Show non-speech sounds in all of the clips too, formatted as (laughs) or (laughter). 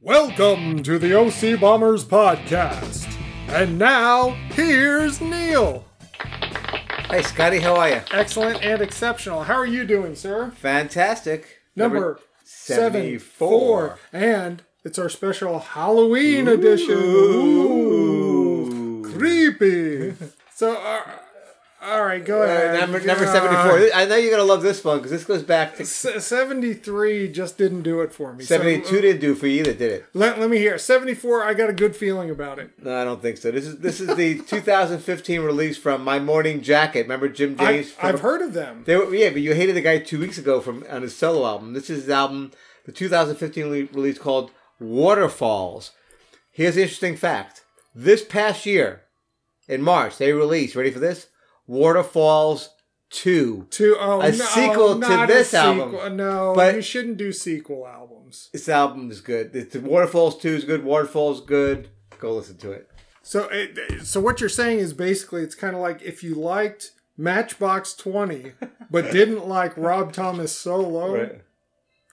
Welcome to the OC Bombers podcast. And now, here's Neil. Hey, Scotty, how are you? Excellent and exceptional. How are you doing, sir? Fantastic. Number 74. And it's our special Halloween edition. Ooh, creepy. so, uh, all right, go Uh, ahead. number number Uh, 74. I know you're going to love this one because this goes back to se- 73 just didn't do it for me. So, 72 didn't do for you either, did it? let, let me hear. 74, I got a good feeling about it. No, I don't think so. This is this is (laughs) the 2015 release from My Morning Jacket. Remember Jim I, Days? I've heard of them. They were, yeah, but you hated the guy two weeks ago from on his solo album. This is his album, the 2015 le- release called Waterfalls. Here's the interesting fact: this past year, in March, they released. Ready for this? Waterfalls Two. to oh, a no, sequel to not this a album. sequel. Uh, No, But- you shouldn't do sequel albums. This album is good. It's, Waterfalls Two is good. Waterfalls good. Go listen to it. So, it, so what you're saying is basically it's kind of like if you liked Matchbox (laughs) Twenty but didn't like Rob Thomas solo,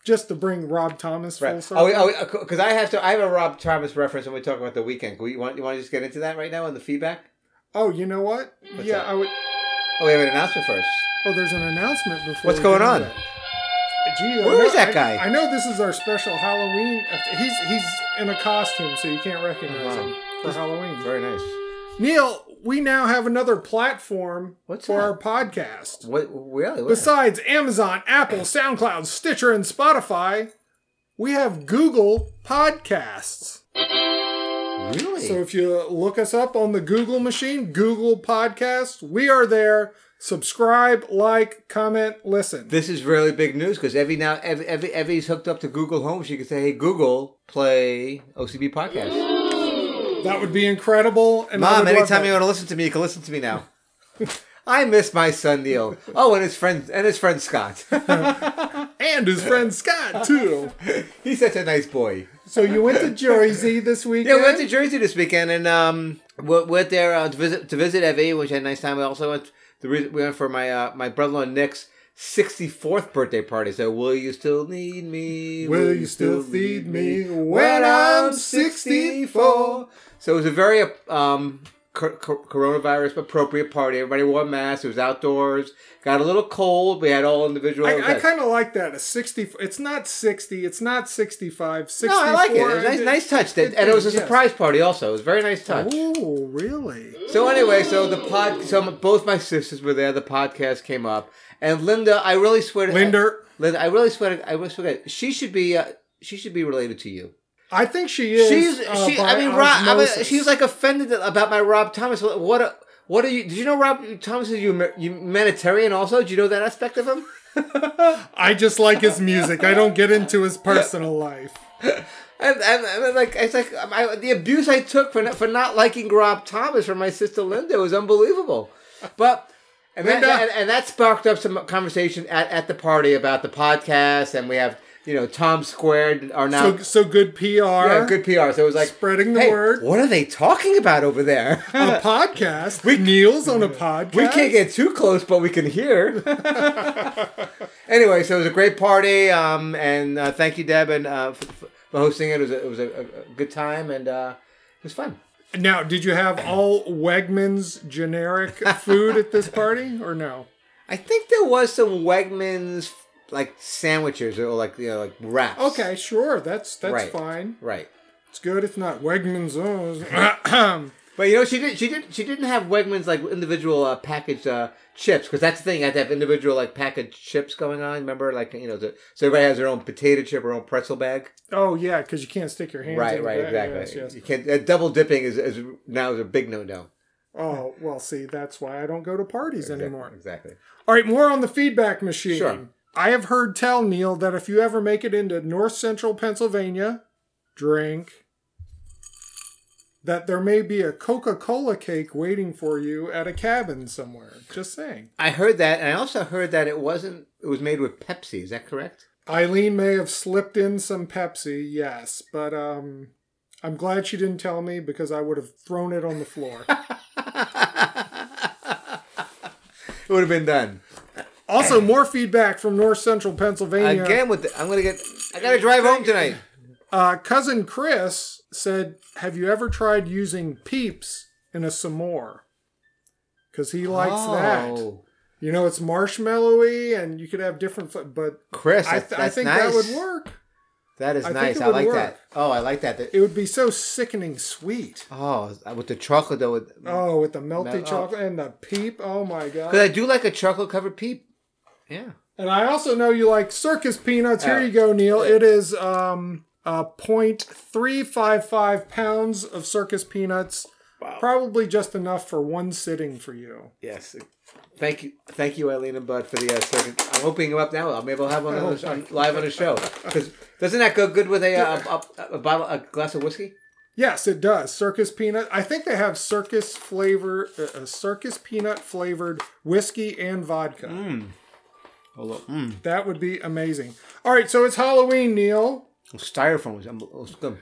just to bring Rob Thomas full Right. circle. Oh, because I have to. I have a Rob Thomas reference when we talk about the weekend. You want you want to just get into that right now on the feedback? Oh, you know what? yeah, that? I would. Oh, we have an announcement first. Oh, there's an announcement before. What's we get going on? into that. Gee, I Where know- is that I- guy? I, know this is our special Halloween. He's he's in a costume, so you can't recognize Wow. him for Halloween. Very nice. Neil, we now have another platform What's for that? our podcast. What really? What? Besides Amazon, Apple, SoundCloud, Stitcher, and Spotify, we have Google Podcasts. really? So if you look us up on the Google machine, Google Podcasts, we are there. Subscribe, like, comment, listen. this is really big news because every now every every every's hooked up to Google Home. She can say, "Hey Google, play OCB podcast." That would be incredible. And I Mom, would love anytime that. you want to listen to me, you can listen to me now. (laughs) I miss my son Neil. Oh, and his friend and his friend Scott. (laughs) and his friend Scott too. He's such a nice boy. so you went to Jersey this weekend. (laughs) Yeah, we went to Jersey this weekend, and um, we went there uh, to visit to visit Evie, which had a nice time. We also went the reason we went for my uh, my brother in law Nick's sixty fourth birthday party. So will you still need me? Will you still feed me when I'm 64? So it was a very um, cor- cor- coronavirus appropriate party. Everybody wore masks. It was outdoors. Got a little cold. We had all individual. I, I events. kind of like that. A 60. It's not 60. It's not 65. 64. no, I like it. It was a nice, nice touch. That, and it was a yes. surprise party also. It was a very nice touch. Oh, really? So anyway, so the pod, so m- both my sisters were there. The podcast came up, and Linda, I really swear, to, Linda, Linda, I really swear, to, I really swear, to- she should be, uh, she should be related to you. I think she is. she's, uh, she, by I mean, Rob, I mean, osmosis. she's like offended that- about my Rob Thomas. What, what, a, what are you? Did you know Rob Thomas is huma- humanitarian? Also, do you know that aspect of him? I just like his music. I don't get into his personal life. And, and, and like it's like um, I, the abuse I took for not, for not liking Rob Thomas from my sister Linda was unbelievable, but and that, Linda. and, and that sparked up some conversation at, at the party about the podcast, and we have you know Tom Squared are now So, so good PR. yeah, good PR. So it was like Spreading the "Hey, word." What are they talking about (laughs) over there? (laughs) On a podcast. We, Neil's on a podcast. We can't get too close, but we can hear. anyway, so it was a great party, um, and uh, thank you, Deb, and uh, for, for hosting it. It was a, it was a, a a good time, and uh, it was fun. Now, did you have all Wegman's (laughs) generic food at this party or no? I think there was some Wegmans like sandwiches or like you know like wraps. Okay, sure. That's that's Right. fine. right. It's good. It's not Wegman's (coughs) own. But you know she did she did she didn't have Wegmans like individual uh, packaged uh, chips because that's the thing you have to have individual like packaged chips going on. Remember like you know the, so everybody has their own potato chip or own pretzel bag. oh yeah, because you can't stick your hands. in Right, the right, bag. exactly. Yes, yes. You can't uh, double dipping is, is now is a big no no Oh well, see, that's why I don't go to parties anymore. Exactly. All right, more on the feedback machine. Sure. I have heard tell Neil that if you ever make it into North Central Pennsylvania, drink. That there may be a Coca Cola cake waiting for you at a cabin somewhere. Just saying. I heard that, and I also heard that it wasn't. It was made with Pepsi. Is that correct? Eileen may have slipped in some Pepsi, yes, but um, I'm glad she didn't tell me because I would have thrown it on the (laughs) floor. It would have been done. also, more feedback from North Central Pennsylvania. Again with the, I'm gonna get. I gotta drive home tonight. Uh, cousin Chris said, "Have you ever tried using Peeps in a s'more? Because he likes Oh, that. You know, it's marshmallowy, and you could have different. Fl- but Chris, I, that's, th- I that's think nice. that would work. That is I think nice. it I would like work. that. Oh, I like that. That- It would be so sickening sweet. Oh, with the chocolate though. With, Oh, with the melty Mm. Mel- oh. chocolate and the peep. Oh my Because god! I do like a chocolate covered peep. Yeah. And I also know you like circus peanuts. Here Uh, you go, Neil. It is um uh point three five five pounds of circus peanuts. Probably just enough for one sitting for you. Yes. Thank you, thank you, Eileen and Bud, for the uh, second. I'm opening them up now. I'll maybe I'll have one on the, on, live on the show. 'Cause doesn't that go good with a, uh, a, a, a bottle, a glass of whiskey? Yes, it does. Circus peanut. I think they have circus flavor, uh, uh, circus peanut flavored whiskey and vodka. Hmm. That would be amazing. All right, so it's Halloween, Neil. Styrofoam. is- I'm, oh, scum.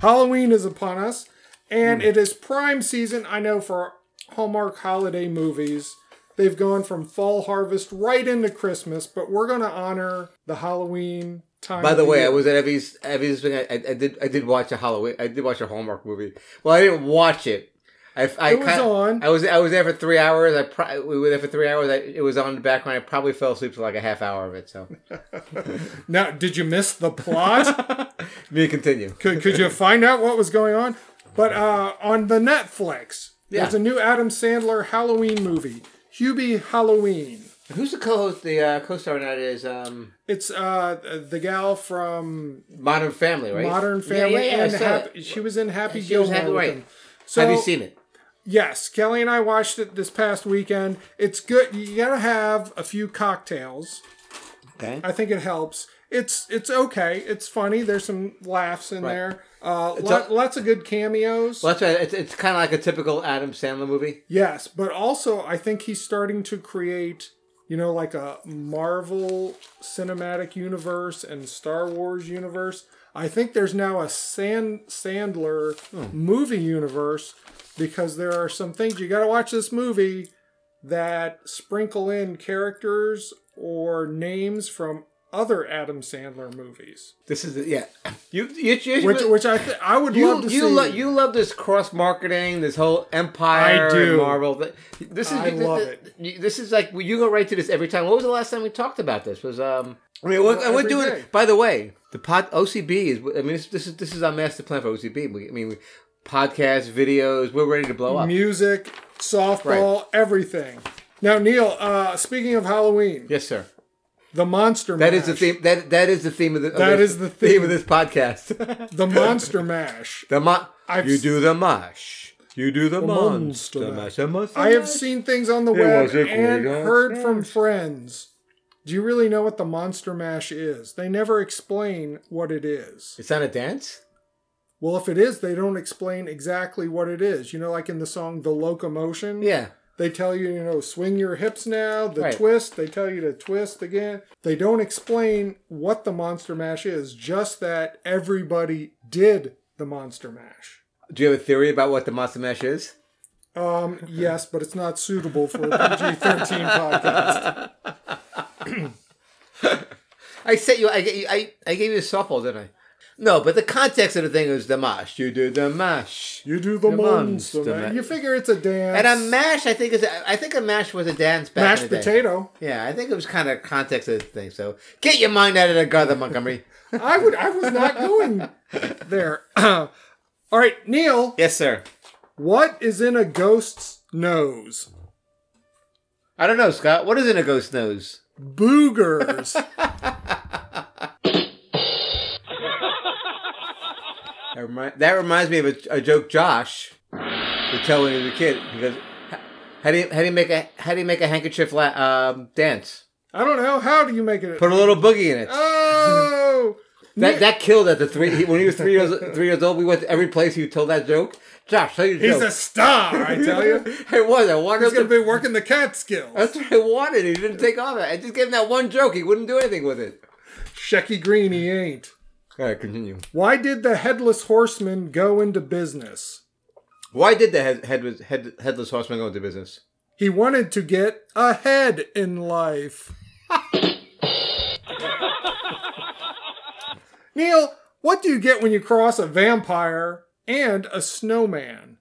Halloween is upon us, and Hmm. it is prime season. I know for Hallmark holiday movies, they've gone from fall harvest right into Christmas, but we're going to honor the Halloween time. By of the way, year. I was at Evie's. Evie's thing. I, I did. I did watch a Halloween. I did watch a Hallmark movie. Well, I didn't watch it. I, I It was kinda- on. I was. I was there for three hours. I pro- we were there for three hours. I, it was on in the background. I probably fell asleep for like a half hour of it. (laughs) So, now, did you miss the (laughs) plot? me continue. could, could you find out what was going on? But uh, on the Netflix, there's Yeah. a new Adam Sandler Halloween movie, Hubie Halloween. Who's the co-host? The uh, co-star on that is um, It's uh, the gal from Modern Family, right? Modern Yeah, yeah, Family, yeah, I and saw Hap- that. she was in Happy She was Gilmore. happy, with right. him. So, Have you seen it? Yes, Kelly and I watched it this past weekend. It's good. You gotta have a few cocktails. Okay. I think it helps. It's it's okay. It's funny. There's some laughs in there. Uh, a- lot, lots of good cameos. Well, that's right. It's, it's kind of like a typical Adam Sandler movie. Yes, but also I think he's starting to create, you know, like a Marvel cinematic universe and Star Wars universe. I think there's now a Sand Sandler Hmm. movie universe because there are some things you got to watch this movie that sprinkle in characters or names from other Adam Sandler movies, This is yeah. You you you, which which I th- I would you, love to you, see. lo- you love this cross marketing, this whole Empire I do. and Marvel. thing. This is I this, love this, This is like you go right to this every time. What was the last time we talked about this? Was um. I mean, we're, and we're every doing. day. it. By the way, the pod OCB is. I mean, this, this is this is our master plan for OCB. We, I mean, we, podcasts, videos. We're ready to blow up. music, softball, everything. Now, Neil, uh, speaking of Halloween, Yes, sir. the Monster That Mash. is the theme. That that is the theme of the. That of this, is the of (laughs) this podcast. The Monster Mash. the mo- I've You s- do the mosh. You do the, monster monster, mash. mash. The monster I have mash. seen things on the was web a great and heard monster from friends. Do you really know what the Monster Mash is? They never explain what it is. It's not a dance. Well, if it is, they don't explain exactly what it is. You know, like in the song The Locomotion? Yeah. They tell you, you know, swing your hips now, the Right. twist. They tell you to twist again. They don't explain what the Monster Mash is, just that everybody did the Monster Mash. Do you have a theory about what the monster mash is? (laughs) Um, yes, but it's not suitable for a PG 13 podcast. I set you. I ga- you- I I gave you a softball, didn't I? No, but the context of the thing is the mash. You do the mash. You do the, The Monster, Monster Mash. Mash. You figure it's a dance. And a mash, I think is. a- I think a mash was a dance back mashed in the day. potato. Yeah, I think it was kind of context of the thing. So get your mind out of the gutter, Montgomery. (laughs) I would. I was not going there. (clears throat) All right, Neil. yes, sir. What is in a ghost's nose? I don't know, Scott. What is in a ghost nose? (laughs) Boogers. That, remi- that reminds me of a, a joke Josh would tell when he was a kid. He goes, "H- "How do you how do you make a how do you make a handkerchief la- um, dance? I don't know. How do you make it? Put a little boogie in it." Oh, That that killed at the three he- when he was three years three years old. We went to every place he told that joke. Josh, tell your (laughs) he's a joke. star, I tell you. (laughs) it was. I (laughs) wanted He's him gonna to. be working the cat skills. (laughs) that's what I wanted. He didn't take off it. I just gave him that one joke. He wouldn't do anything with it. Shecky Green, he ain't. All right, continue. Why did the headless horseman go into business? Why did the head, head, head, headless horseman go into business? He wanted to get ahead in life. (laughs) Neil, What do you get when you cross a vampire and a snowman?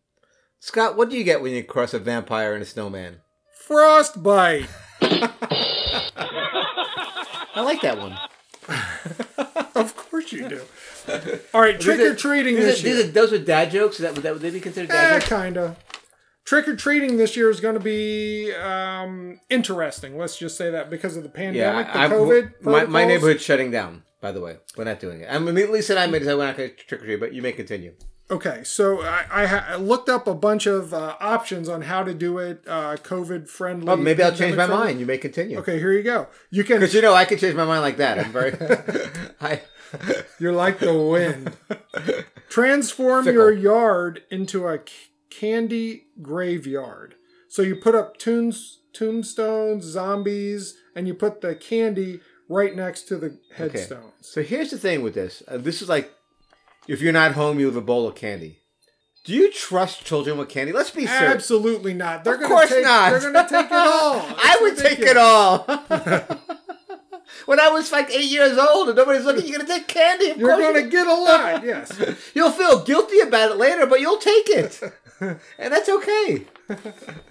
Scott, what do you get when you cross a vampire and a snowman? (laughs) Frostbite. I like that one. of course you do. All right, These trick are- or treating these are- this these year. are- Those are dad jokes. That would that would they be considered Eh, dad jokes? kinda. Trick or treating this year is going to be um, interesting. Let's just say that because of the pandemic, I- the I- COVID. my, my protocols. neighborhood's shutting down. By the way, we're not doing it. I mean, Lisa and I may decide we're not going to trick or treat, but you may continue. Okay, so I, I, ha- I looked up a bunch of uh, options on how to do it uh, COVID friendly. Well, maybe I'll change my mind. You may continue. Okay, here you go. You can. Because you know I can change my mind like that. (laughs) I'm very. I, You're like the (laughs) wind. Transform your yard into a c- candy graveyard. So you put up tombs, tombstones, zombies, and you put the candy right next to the headstones. so here's the thing with this. Uh, this is like, if you're not home, you have a bowl of candy. Do you trust children with candy? Let's Eh, be serious. Absolutely not. They're Of gonna course take, not. They're going to take it (laughs) all. I would take it all. (laughs) when I was like eight years old and nobody's looking, you're gonna take candy. Of You're course going to get (laughs) a lot. Yes. You'll feel guilty about it later, but you'll (laughs) take it. and that's okay.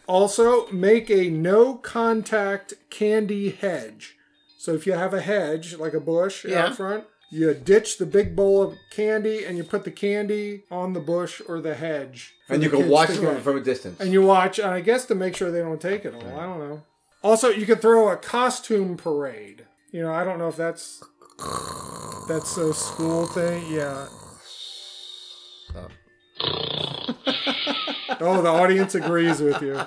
Also, make a no contact candy hedge. So if you have a hedge, like a bush Yeah. out front, you ditch the big bowl of candy and you put the candy on the bush or the hedge. for And the you can kids watch to it play. from, from a distance. And you watch, and I guess to make sure they don't take it all. I don't know. Also, you could throw a costume parade. You know, I don't know if that's that's a school thing. Yeah. Oh, the audience agrees with you.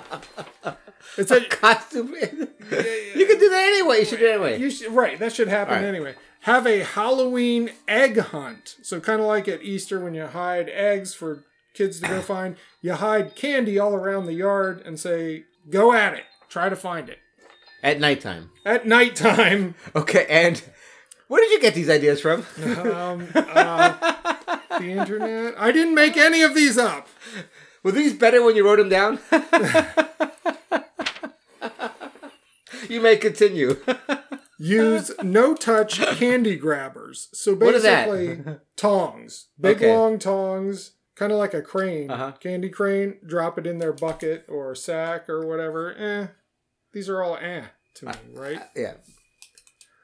It's (laughs) a Costume. You can do that anyway. You should do it anyway. You should, right, that should happen All right. anyway. Have a Halloween egg hunt. So kind of like at Easter when you hide eggs for kids to go find, you hide candy all around the yard and say, "Go at it. Try to find it." At nighttime. At nighttime, Okay, and where did you get these ideas from? (laughs) um, uh, the internet. I didn't make any of these up. (laughs) Were these better when you wrote (laughs) them down? (laughs) you may continue. (laughs) Use no-touch candy grabbers. So What is that? basically, (laughs) tongs, big Okay. long tongs, kind of like a crane, Uh-huh. candy crane. Drop it in their bucket or sack or whatever. Eh, these are all eh (laughs) to me, right? yeah.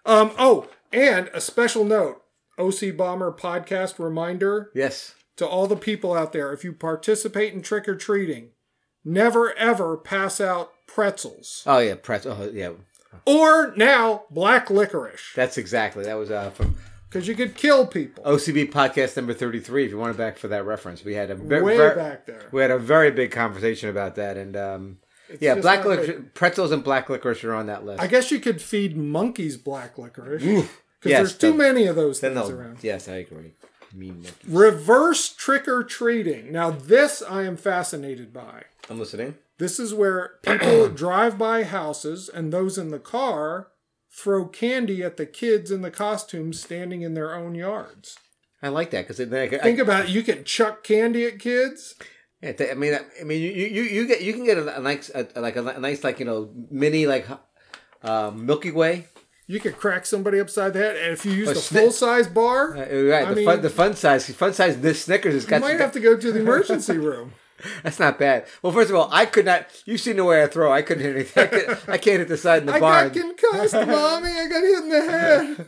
Um. Oh, and a special note: OC Bomber podcast reminder Yes. to all the people out there: if you participate in trick or treating, never ever pass out pretzels Oh yeah. Press. Oh yeah. or now black licorice That's exactly. That was uh, from because you could kill people. OCB podcast number thirty-three. If you want to back for that reference, we had a very, way very back there. we had a very big conversation about that, and um, It's yeah, just black not licorice, good. pretzels and black licorice are on that list. I guess you could feed monkeys black licorice because Yes, there's too then- many of those then things they'll- around. Yes, I agree. Mean monkey. Reverse trick or treating. Now, this I am fascinated by. I'm listening. This is where (clears throat) (clears throat) people drive by houses and those in the car throw candy at the kids in the costumes standing in their own yards. I like that because then I, I, Think about it. You can chuck candy at kids. Yeah, th- I mean, I- I mean, you, you, you- you get you can get a, a nice a, a- like a, li- a nice like you know mini like uh, Milky Way. You could crack somebody upside the head. And if you used Or a sni- full size bar, Oh, Uh, right, I the mean- fun the fun size fun size this Snickers has you got might some- have to go to the emergency room. that's not bad. Well, first of all, I could not. You've seen the way I throw. I couldn't hit anything. I, could, I can't hit the side in the I barn. got (laughs) concussed, mommy. I got hit in the head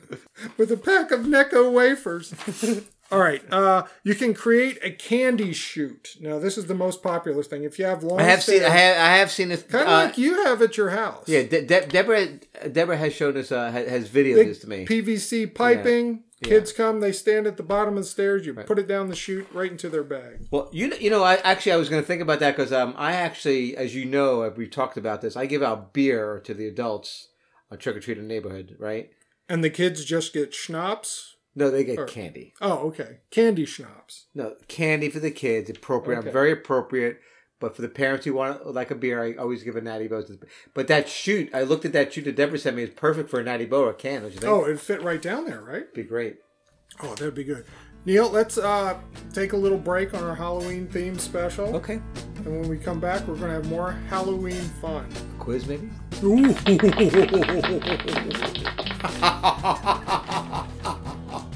with a pack of Necco wafers. (laughs) All right, uh, you can create a candy shoot. Now, this is the most popular thing. If you have long, I have seen. I have, I have seen this. kind of uh, like you have at your house. yeah, De- De- Deborah. Deborah has shown us. Uh, has, has videoed Big this to me. PVC piping. Kids come, they stand at the bottom of the stairs. You put it down the chute right into their bag. Well, you know, you know, I actually I was going to think about that because um, I actually, as you know, we talked about this. I give out beer to the adults on trick or treat in the neighborhood, right? And the kids just get schnapps. No, they get candy. Oh, okay. Candy schnapps. No, candy for the kids, appropriate, Okay. very appropriate. But for the parents who want like a beer, I always give a natty bow. To the, but that shoot, I looked at that shoot that Deborah sent me. It's perfect for a natty bow or a can. Don't you think? Oh, it'd fit right down there, right? it'd be great. Oh, that'd be good. Neil, let's uh, take a little break on our Halloween themed special. Okay, And when we come back, we're going to have more Halloween fun. quiz maybe. (laughs)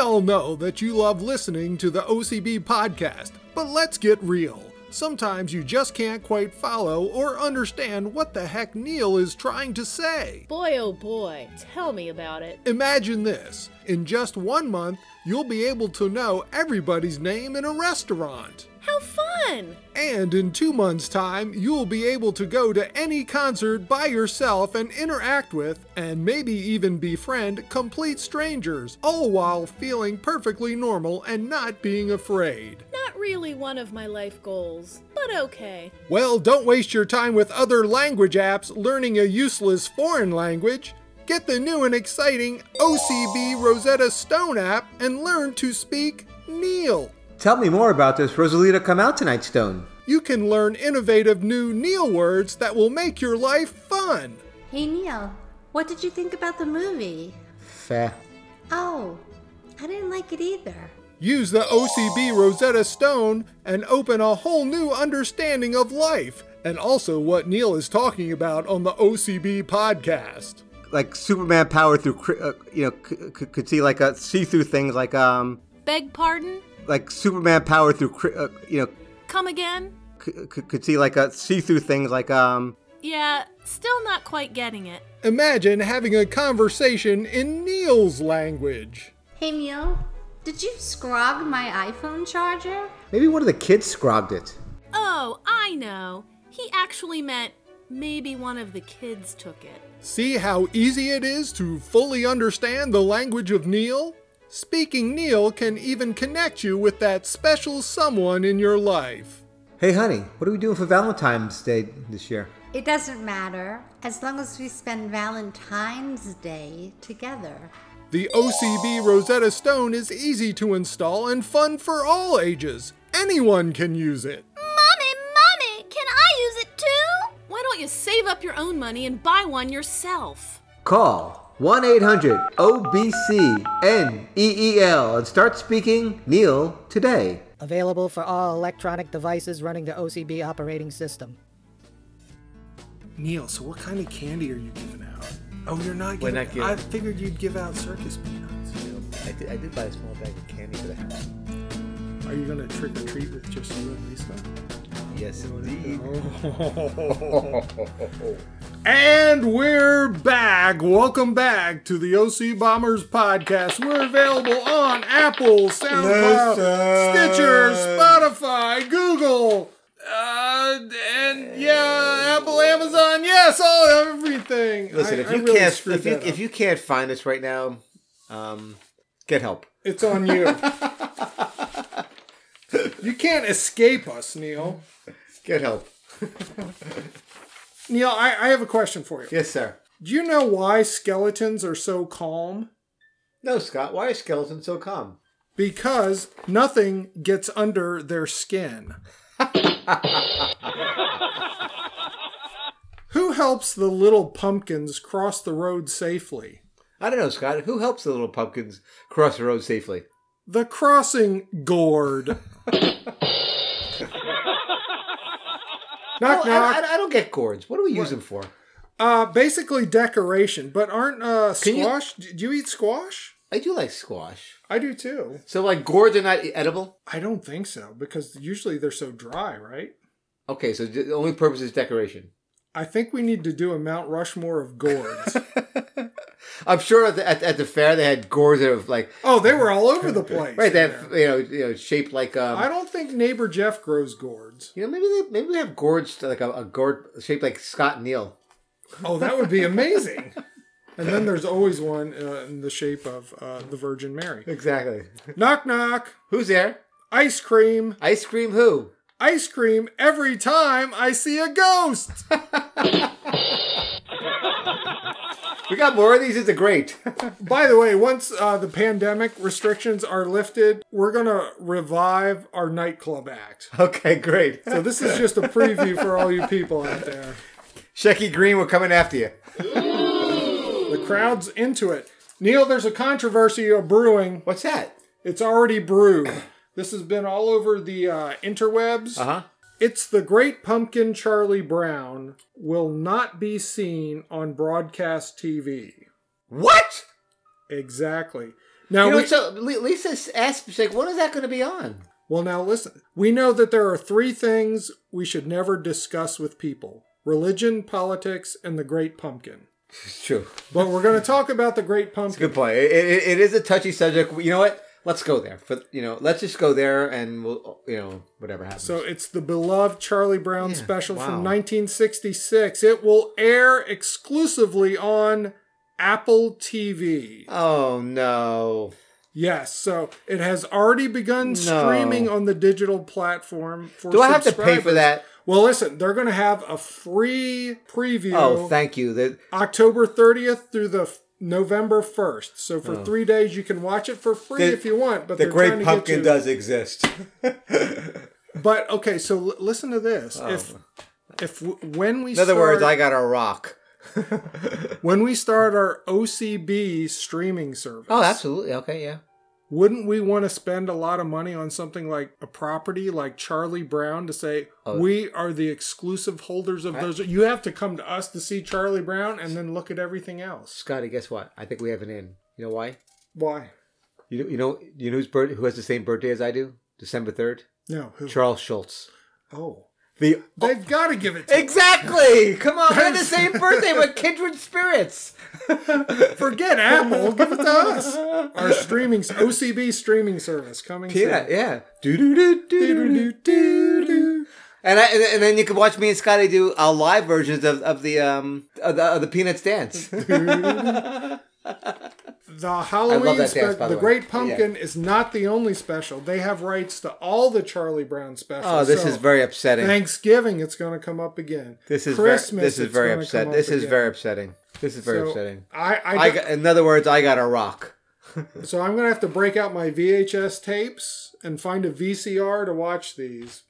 all know that you love listening to the OCB podcast, but let's get real. Sometimes you just can't quite follow or understand what the heck Neil is trying to say. Boy, oh boy, tell me about it. Imagine this in just one month, you'll be able to know everybody's name in a restaurant. How fun! And in two months' time, you'll be able to go to any concert by yourself and interact with, and maybe even befriend, complete strangers, all while feeling perfectly normal and not being afraid. Not really one of my life goals, but okay. Well, don't waste your time with other language apps learning a useless foreign language. Get the new and exciting OCB Rosetta Stone app and learn to speak Neil. Tell me more about this Rosalita Come Out Tonight Stone. You can learn innovative new Neil words that will make your life fun. Hey Neil, what did you think about the movie? Fair. Oh, I didn't like it either. Use the OCB Rosetta Stone and open a whole new understanding of life, and also what Neil is talking about on the OCB podcast. Like Superman power through, cri- uh, you know, c- c- could see like a see through things like um Beg pardon? like Superman power through, cri- uh, you know, Come again? c- c- could see like a see through things like um Yeah, still not quite getting it. Imagine having a conversation in Neil's language. Hey Neil, did you scrog my iPhone charger? maybe one of the kids scrogged it. Oh, I know. He actually meant maybe one of the kids took it. See how easy it is to fully understand the language of Neil? Speaking Neil can even connect you with that special someone in your life. Hey honey, what are we doing for Valentine's Day this year? It doesn't matter, as long as we spend Valentine's Day together. The OCB Rosetta Stone is easy to install and fun for all ages. Anyone can use it. Mommy, mommy, can I use it too? Why don't you save up your own money and buy one yourself? Call 1 800 OBC NEEL E and start speaking Neil today. Available for all electronic devices running the OCB operating system. Neil, so what kind of candy are you giving out? Oh, you're not We're not giving- I figured you'd give out circus peanuts. I did, I did buy a small bag of candy for the house. Are you gonna trick or treat with just you and Lisa? Yes, indeed. And we're back. Welcome back to the OC Bombers podcast. We're available on Apple, SoundCloud, Listen. Stitcher, Spotify, Google, uh, and yeah, Apple, Amazon. Yes, all everything. Listen, I- if I you really can't screwed if you, that if up. you can't find us right now, um, get help. it's on you. you can't escape us, Neil. Get help. Neil, I, I have a question for you. Yes, sir. Do you know why skeletons are so calm? No, Scott. Why are skeletons so calm? Because nothing gets under their skin. Who helps the little pumpkins cross the road safely? I don't know, Scott. Who helps the little pumpkins cross the road safely? The crossing gourd. knock, I, I, knock. I don't get gourds. What do we use them for? Uh, basically decoration, but aren't uh, Can you- squash? d do you eat squash? I do like squash. I do too. So, like, gourds are not edible. I don't think so because usually they're so dry, right? Okay, so the only purpose is decoration. I think we need to do a Mount Rushmore of gourds. I'm sure at the, at, at the fair they had gourds that were like oh, they were all over the place. right. They in have there. you know you know shaped like um. I don't think neighbor Jeff grows gourds. you know, maybe they maybe they have gourds like a, a gourd shaped like Scott and Neil. Oh, that would be amazing. and then there's always one uh, in the shape of uh, the Virgin Mary. Exactly. Knock knock. (laughs) Who's there? Ice cream. Ice cream. Who? Ice cream every time I see a ghost. We got more of these. It's a great. (laughs) By the way, once uh, the pandemic restrictions are lifted, we're going to revive our nightclub act. okay, great. So this is just a preview for all you people out there. Shecky Green, we're coming after you. The crowd's into it. Neil, there's a controversy of brewing. What's that? It's already brewed. This has been all over the uh, interwebs. Uh huh. It's the great pumpkin Charlie Brown will not be seen on broadcast TV. What? Exactly. Now you know, we, so Li- Lisa asked, she's like, "What is that going to be on?" well, now listen. We know that there are three things we should never discuss with people: religion, politics, and the Great Pumpkin. It's true. But we're going to talk about the Great Pumpkin. Good point. It, it, it is a touchy subject. You know what? Let's go there. For you know, let's just go there, and we'll you know whatever happens. So it's the beloved Charlie Brown Yeah, special wow. from 1966. It will air exclusively on Apple TV. oh no! Yes, so it has already begun No. streaming on the digital platform for Do I have to pay for subscribers. that? Well, listen, they're going to have a free preview Oh, thank you. That October 30th through the f- November 1st. So for 3 days you can watch it for free Oh. The- if you want, but the they're trying great to get pumpkin you- does exist. But okay, so l- listen to this. If if w- when we Oh. In other start, words, I got a rock. when we start our OCB streaming service, Oh, absolutely. Okay, yeah. wouldn't we want to spend a lot of money on something like a property like Charlie Brown to say we are the exclusive holders of those? You have to come to us to see Charlie Brown and then look at everything else. Scotty, guess what? I think we have an in. You know why? Why? You know, you know, you know who's birth, who has the same birthday as I do? December third. No. Who? Charles Schultz. oh, The they've got to give it to exactly. Come on, we're the same birthday. We're kindred spirits. forget Apple. give it to us. Our streaming OCB streaming service coming. Yeah, soon. yeah. Do do do do do do do. And I, and and then you can watch me and Scotty do uh, live versions of, of the um of the, of the (laughs) Peanuts dance. (laughs) The Halloween, that spe- dance, by the, the way. Great Pumpkin is not the only special. They have rights to all the Charlie Brown specials. oh, this So is very upsetting. Thanksgiving. It's going to come up again. This is Christmas. Very, this is it's very gonna come upset. up This is again. very upsetting. This is very So, upsetting. I, I, I got, in other words, I got a rock. so I'm going to have to break out my VHS tapes and find a VCR to watch these.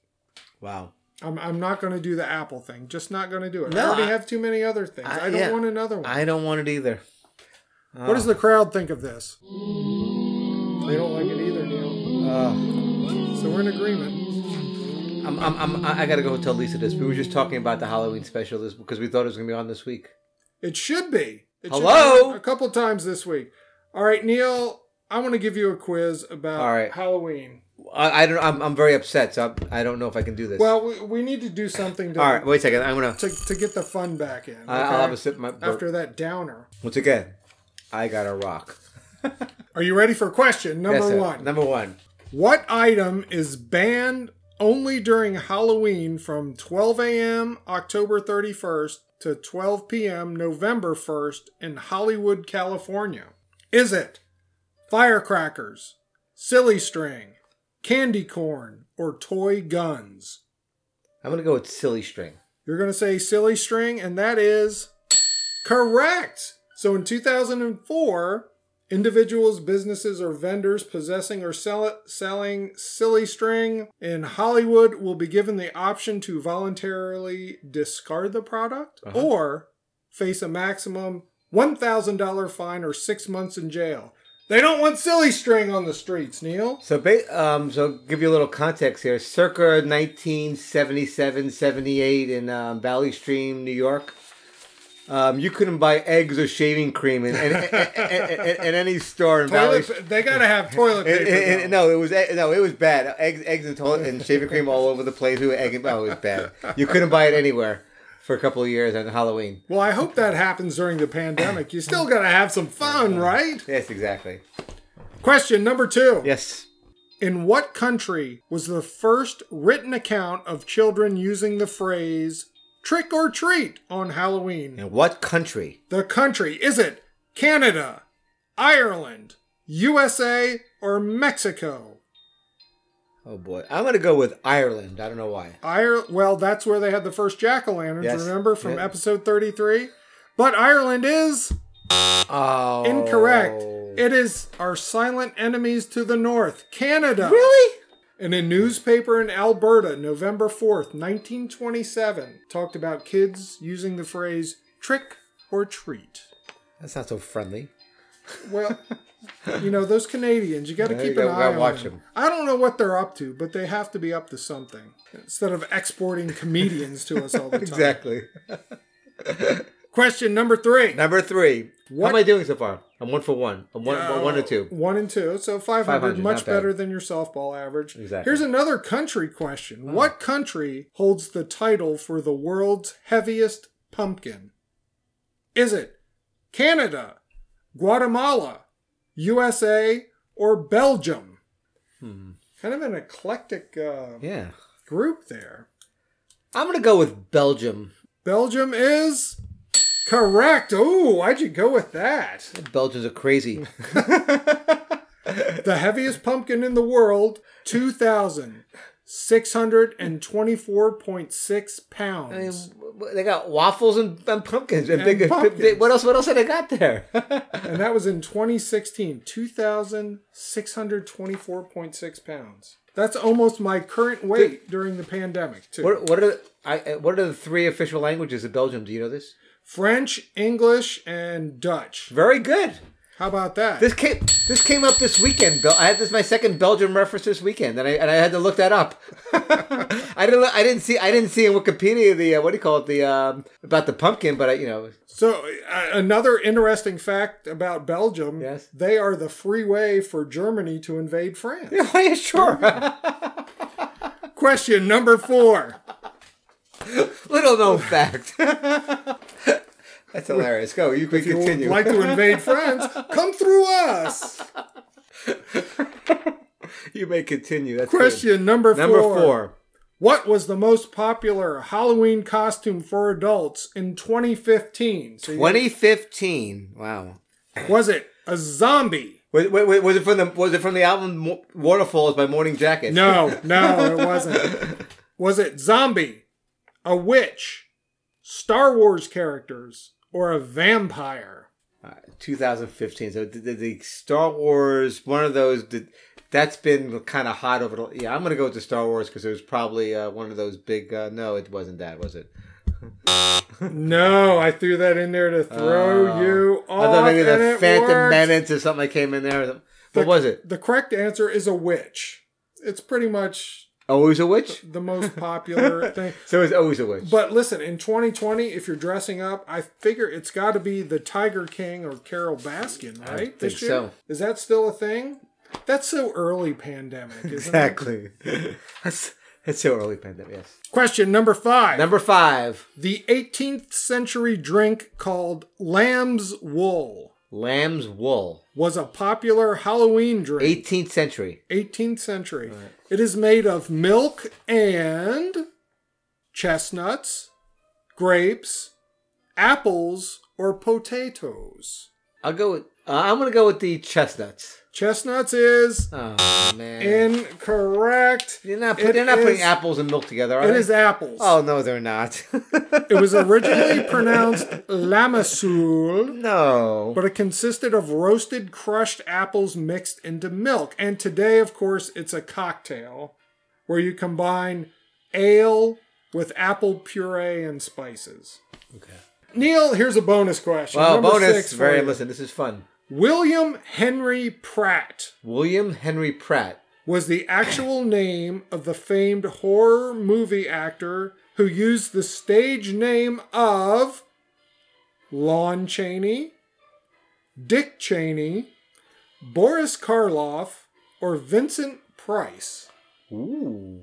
Wow. I'm, I'm not going to do the Apple thing. Just not going to do it. I No, already I- have too many other things. I, I- don't yeah. want another one. I don't want it either. What does the crowd think of this? They don't like it either, Neil. Uh, So we're in agreement. I'm, I'm, I'm, I I gotta go tell Lisa this. We were just talking about the Halloween special this because we thought it was gonna be on this week. It should be. It should Hello? be a couple times this week. All right, Neil, I want to give you a quiz about All right. Halloween. I, I don't. I'm, I'm very upset. So I'm, I don't know if I can do this. Well, we, we need to do something to, all right. Wait a second. I'm gonna. to, to get the fun back in. I- I'll okay? have a sip of my. After that downer. Once again, I got a rock. Are you ready for question Yes, number sir. one? Number one. What item is banned only during Halloween from 12 a.m. October 31st to 12 p.m. November 1st in Hollywood, California? Is it firecrackers, silly string, candy corn, or toy guns? I'm gonna go with silly string. You're going to say silly string, and that is correct. So in 2004, individuals, businesses, or vendors possessing or sell- selling silly string in Hollywood will be given the option to voluntarily discard the product Uh-huh. or face a maximum $1,000 fine or six months in jail. They don't want silly string on the streets, Neil. So, ba- um, so give you a little context here. Circa 1977, 78 in um, Valley Stream, New York, um, you couldn't buy eggs or shaving cream in, in, in, in, in- in any store in Valley. Toilet, Stream. pa- they got to have (laughs) toilet paper. though. no, it was e- no, it was bad. Eggs, eggs and, toilet, and shaving cream all over the place. Who egg? Oh, it was bad. You couldn't buy it anywhere for a couple of years on Halloween. Well, I hope that happens during the pandemic. You still got to have some fun, right? Yes, exactly. Question number two. Yes. In what country was the first written account of children using the phrase trick or treat on Halloween? In what country? The country is it Canada, Ireland, USA, or Mexico? Oh boy, I'm gonna go with Ireland. I don't know why. Ire- well, that's where they had the first jack o' lanterns, Yes. remember, from Yeah. episode 33? But Ireland is Oh, incorrect. It is our silent enemies to the north, Canada. Really? And a newspaper in Alberta, November 4th, 1927, talked about kids using the phrase trick or treat. That's not so friendly. (laughs) Well, you know, those Canadians, you got to Yeah, you keep an gotta- eye gotta on watch them. them. I don't know what they're up to, but they have to be up to something instead of exporting comedians to us all the time. Exactly. Question number three. Number three. What- How am I doing so far? I'm one for one. I'm one, Uh, one or two. One and two. So 500, 500, much not bad. better than your softball average. Exactly. Oh. Here's another country question. What country holds the title for the world's heaviest pumpkin? Is it Canada, Guatemala, USA, or Belgium? Hmm. Kind of an eclectic uh, Yeah. group there. I'm going to go with Belgium. Belgium is correct. Ooh, why'd you go with that? Belgians are (laughs) crazy. The heaviest pumpkin in the world, 2,624.6 I mean, pounds. they got waffles and, and pumpkins and, And big, big- pumpkins. What else? What else have they got there? And that was in 2016, 2,624.6 pounds. That's almost my current weight during the pandemic, too. what, what are I, uh, What are the three official languages of Belgium? Do you know this? French, English, and Dutch. Very good. How about that? This came this came up this weekend. Bel- I had this my second Belgium reference this weekend, and I and I had to look that up. (laughs) I didn't look- I didn't see I didn't see in Wikipedia the uh, what do you call it the um, about the pumpkin, but I, you know (laughs) so, uh, another interesting fact about Belgium Yes. they are the free way for Germany to invade France. yeah, sure. (laughs) Question number four. Little known fact. (laughs) That's hilarious. Go, you can would continue. like to invade France, come through us. (laughs) you may continue. That's good. Question number four. number four. What was the most popular Halloween costume for adults in 2015? So you- 2015. Wow. was it a zombie? Wait, wait, wait, was it from the was it from the album Mo- Waterfalls by Morning Jacket? (laughs) No, no, it wasn't. Was it zombie, a witch, Star Wars characters, or a vampire? 2015. So the, the, the Star Wars, one of those that that's been kind of hot over. The, yeah, I'm gonna go with the Star Wars because it was probably uh, one of those big. Uh, no, it wasn't that, was it? No, I threw that in there to throw Uh, you I off. thought maybe and the it Phantom worked. Menace or something that came in there. What The- was it? The correct answer is a witch. It's pretty much Always a witch. the (laughs) most popular thing. So it's always (laughs) a witch. But listen, in 2020, if you're dressing up, I figure it's got to be the Tiger King or Carol Baskin, right? think this year? so. Is that still a thing? That's so early pandemic, isn't it? exactly. (laughs) that's that's so early pandemic. Yes. Question number five. Number five, the 18th century drink called lamb's wool lamb's wool. was a popular Halloween drink. 18th century. 18th century. It is made of milk and chestnuts, grapes, apples, or potatoes. I'll go with. Uh, I'm gonna go with the chestnuts. Chestnuts is Oh man. incorrect. They're not, It put, they're not putting is- apples and milk together, are It they? is apples. Oh no, they're not. It was originally pronounced lamasul, (laughs) no. but it consisted of roasted crushed apples mixed into milk. And today, of course, it's a cocktail where you combine ale with apple puree and spices. Okay. Neil, here's a bonus question. Well, Number bonus. six for Very you. listen. This is fun. William Henry Pratt William Henry Pratt. was the actual name of the famed horror movie actor who used the stage name of Lon Chaney, Dick Cheney, Boris Karloff, or Vincent Price. Ooh.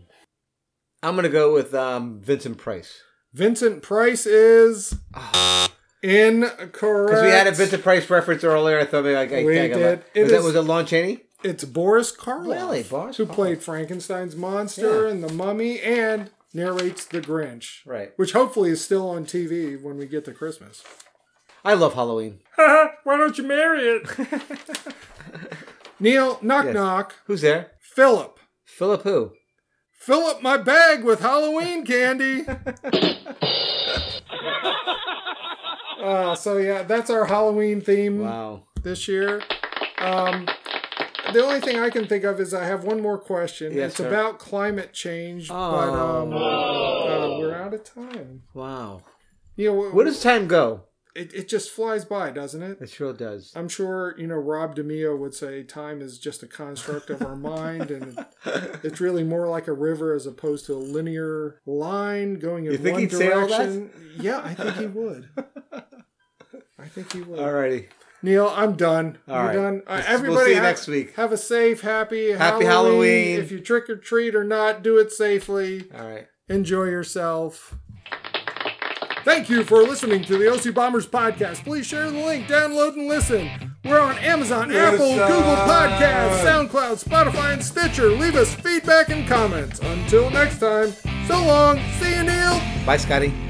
I'm gonna go with um, Vincent Price Vincent Price is because incorrect. Ah. we had a Vincent Price reference earlier. I thought maybe I, I We I got did. It It was, that, is- was it Lon Chaney? It's Boris Karloff, Really? Boris who Karloff. played Frankenstein's monster Yeah. and the Mummy, and narrates The Grinch, Right. Which hopefully is still on TV when we get to (laughs) Christmas. I love Halloween. Why don't you marry it? (laughs) Neil, knock Yes. knock. Who's there? Philip, Philip who? fill up my bag with Halloween (laughs) candy. uh, so yeah, that's our Halloween theme Wow. this year. Um, the only thing I can think of is I have one more question. Yes, it's sir. Oh. about climate change, but um, uh, we're out of time. Wow. You know, Where does time go? it, it just flies by, doesn't it? It sure does. I'm sure you know Rob DeMeo would say time is just a construct of our mind, and (laughs) it, it's really more like a river as opposed to a linear line going in You think one he'd say all that? direction. Yeah, I think he would. I think he would. Alrighty. Neil, I'm done. All You're right. done. Uh, We'll see everybody, you have, next week. Have a safe, happy, Happy Halloween. If you trick or treat or not, do it safely. All right. Enjoy yourself. Thank you for listening to the OC Bombers podcast. Please share the link, download, and listen. We're on Amazon, Apple, Listen. Google Podcasts, SoundCloud, Spotify, and Stitcher. Leave us feedback and comments. Until next time, so long. See you, Neil. Bye, Scotty.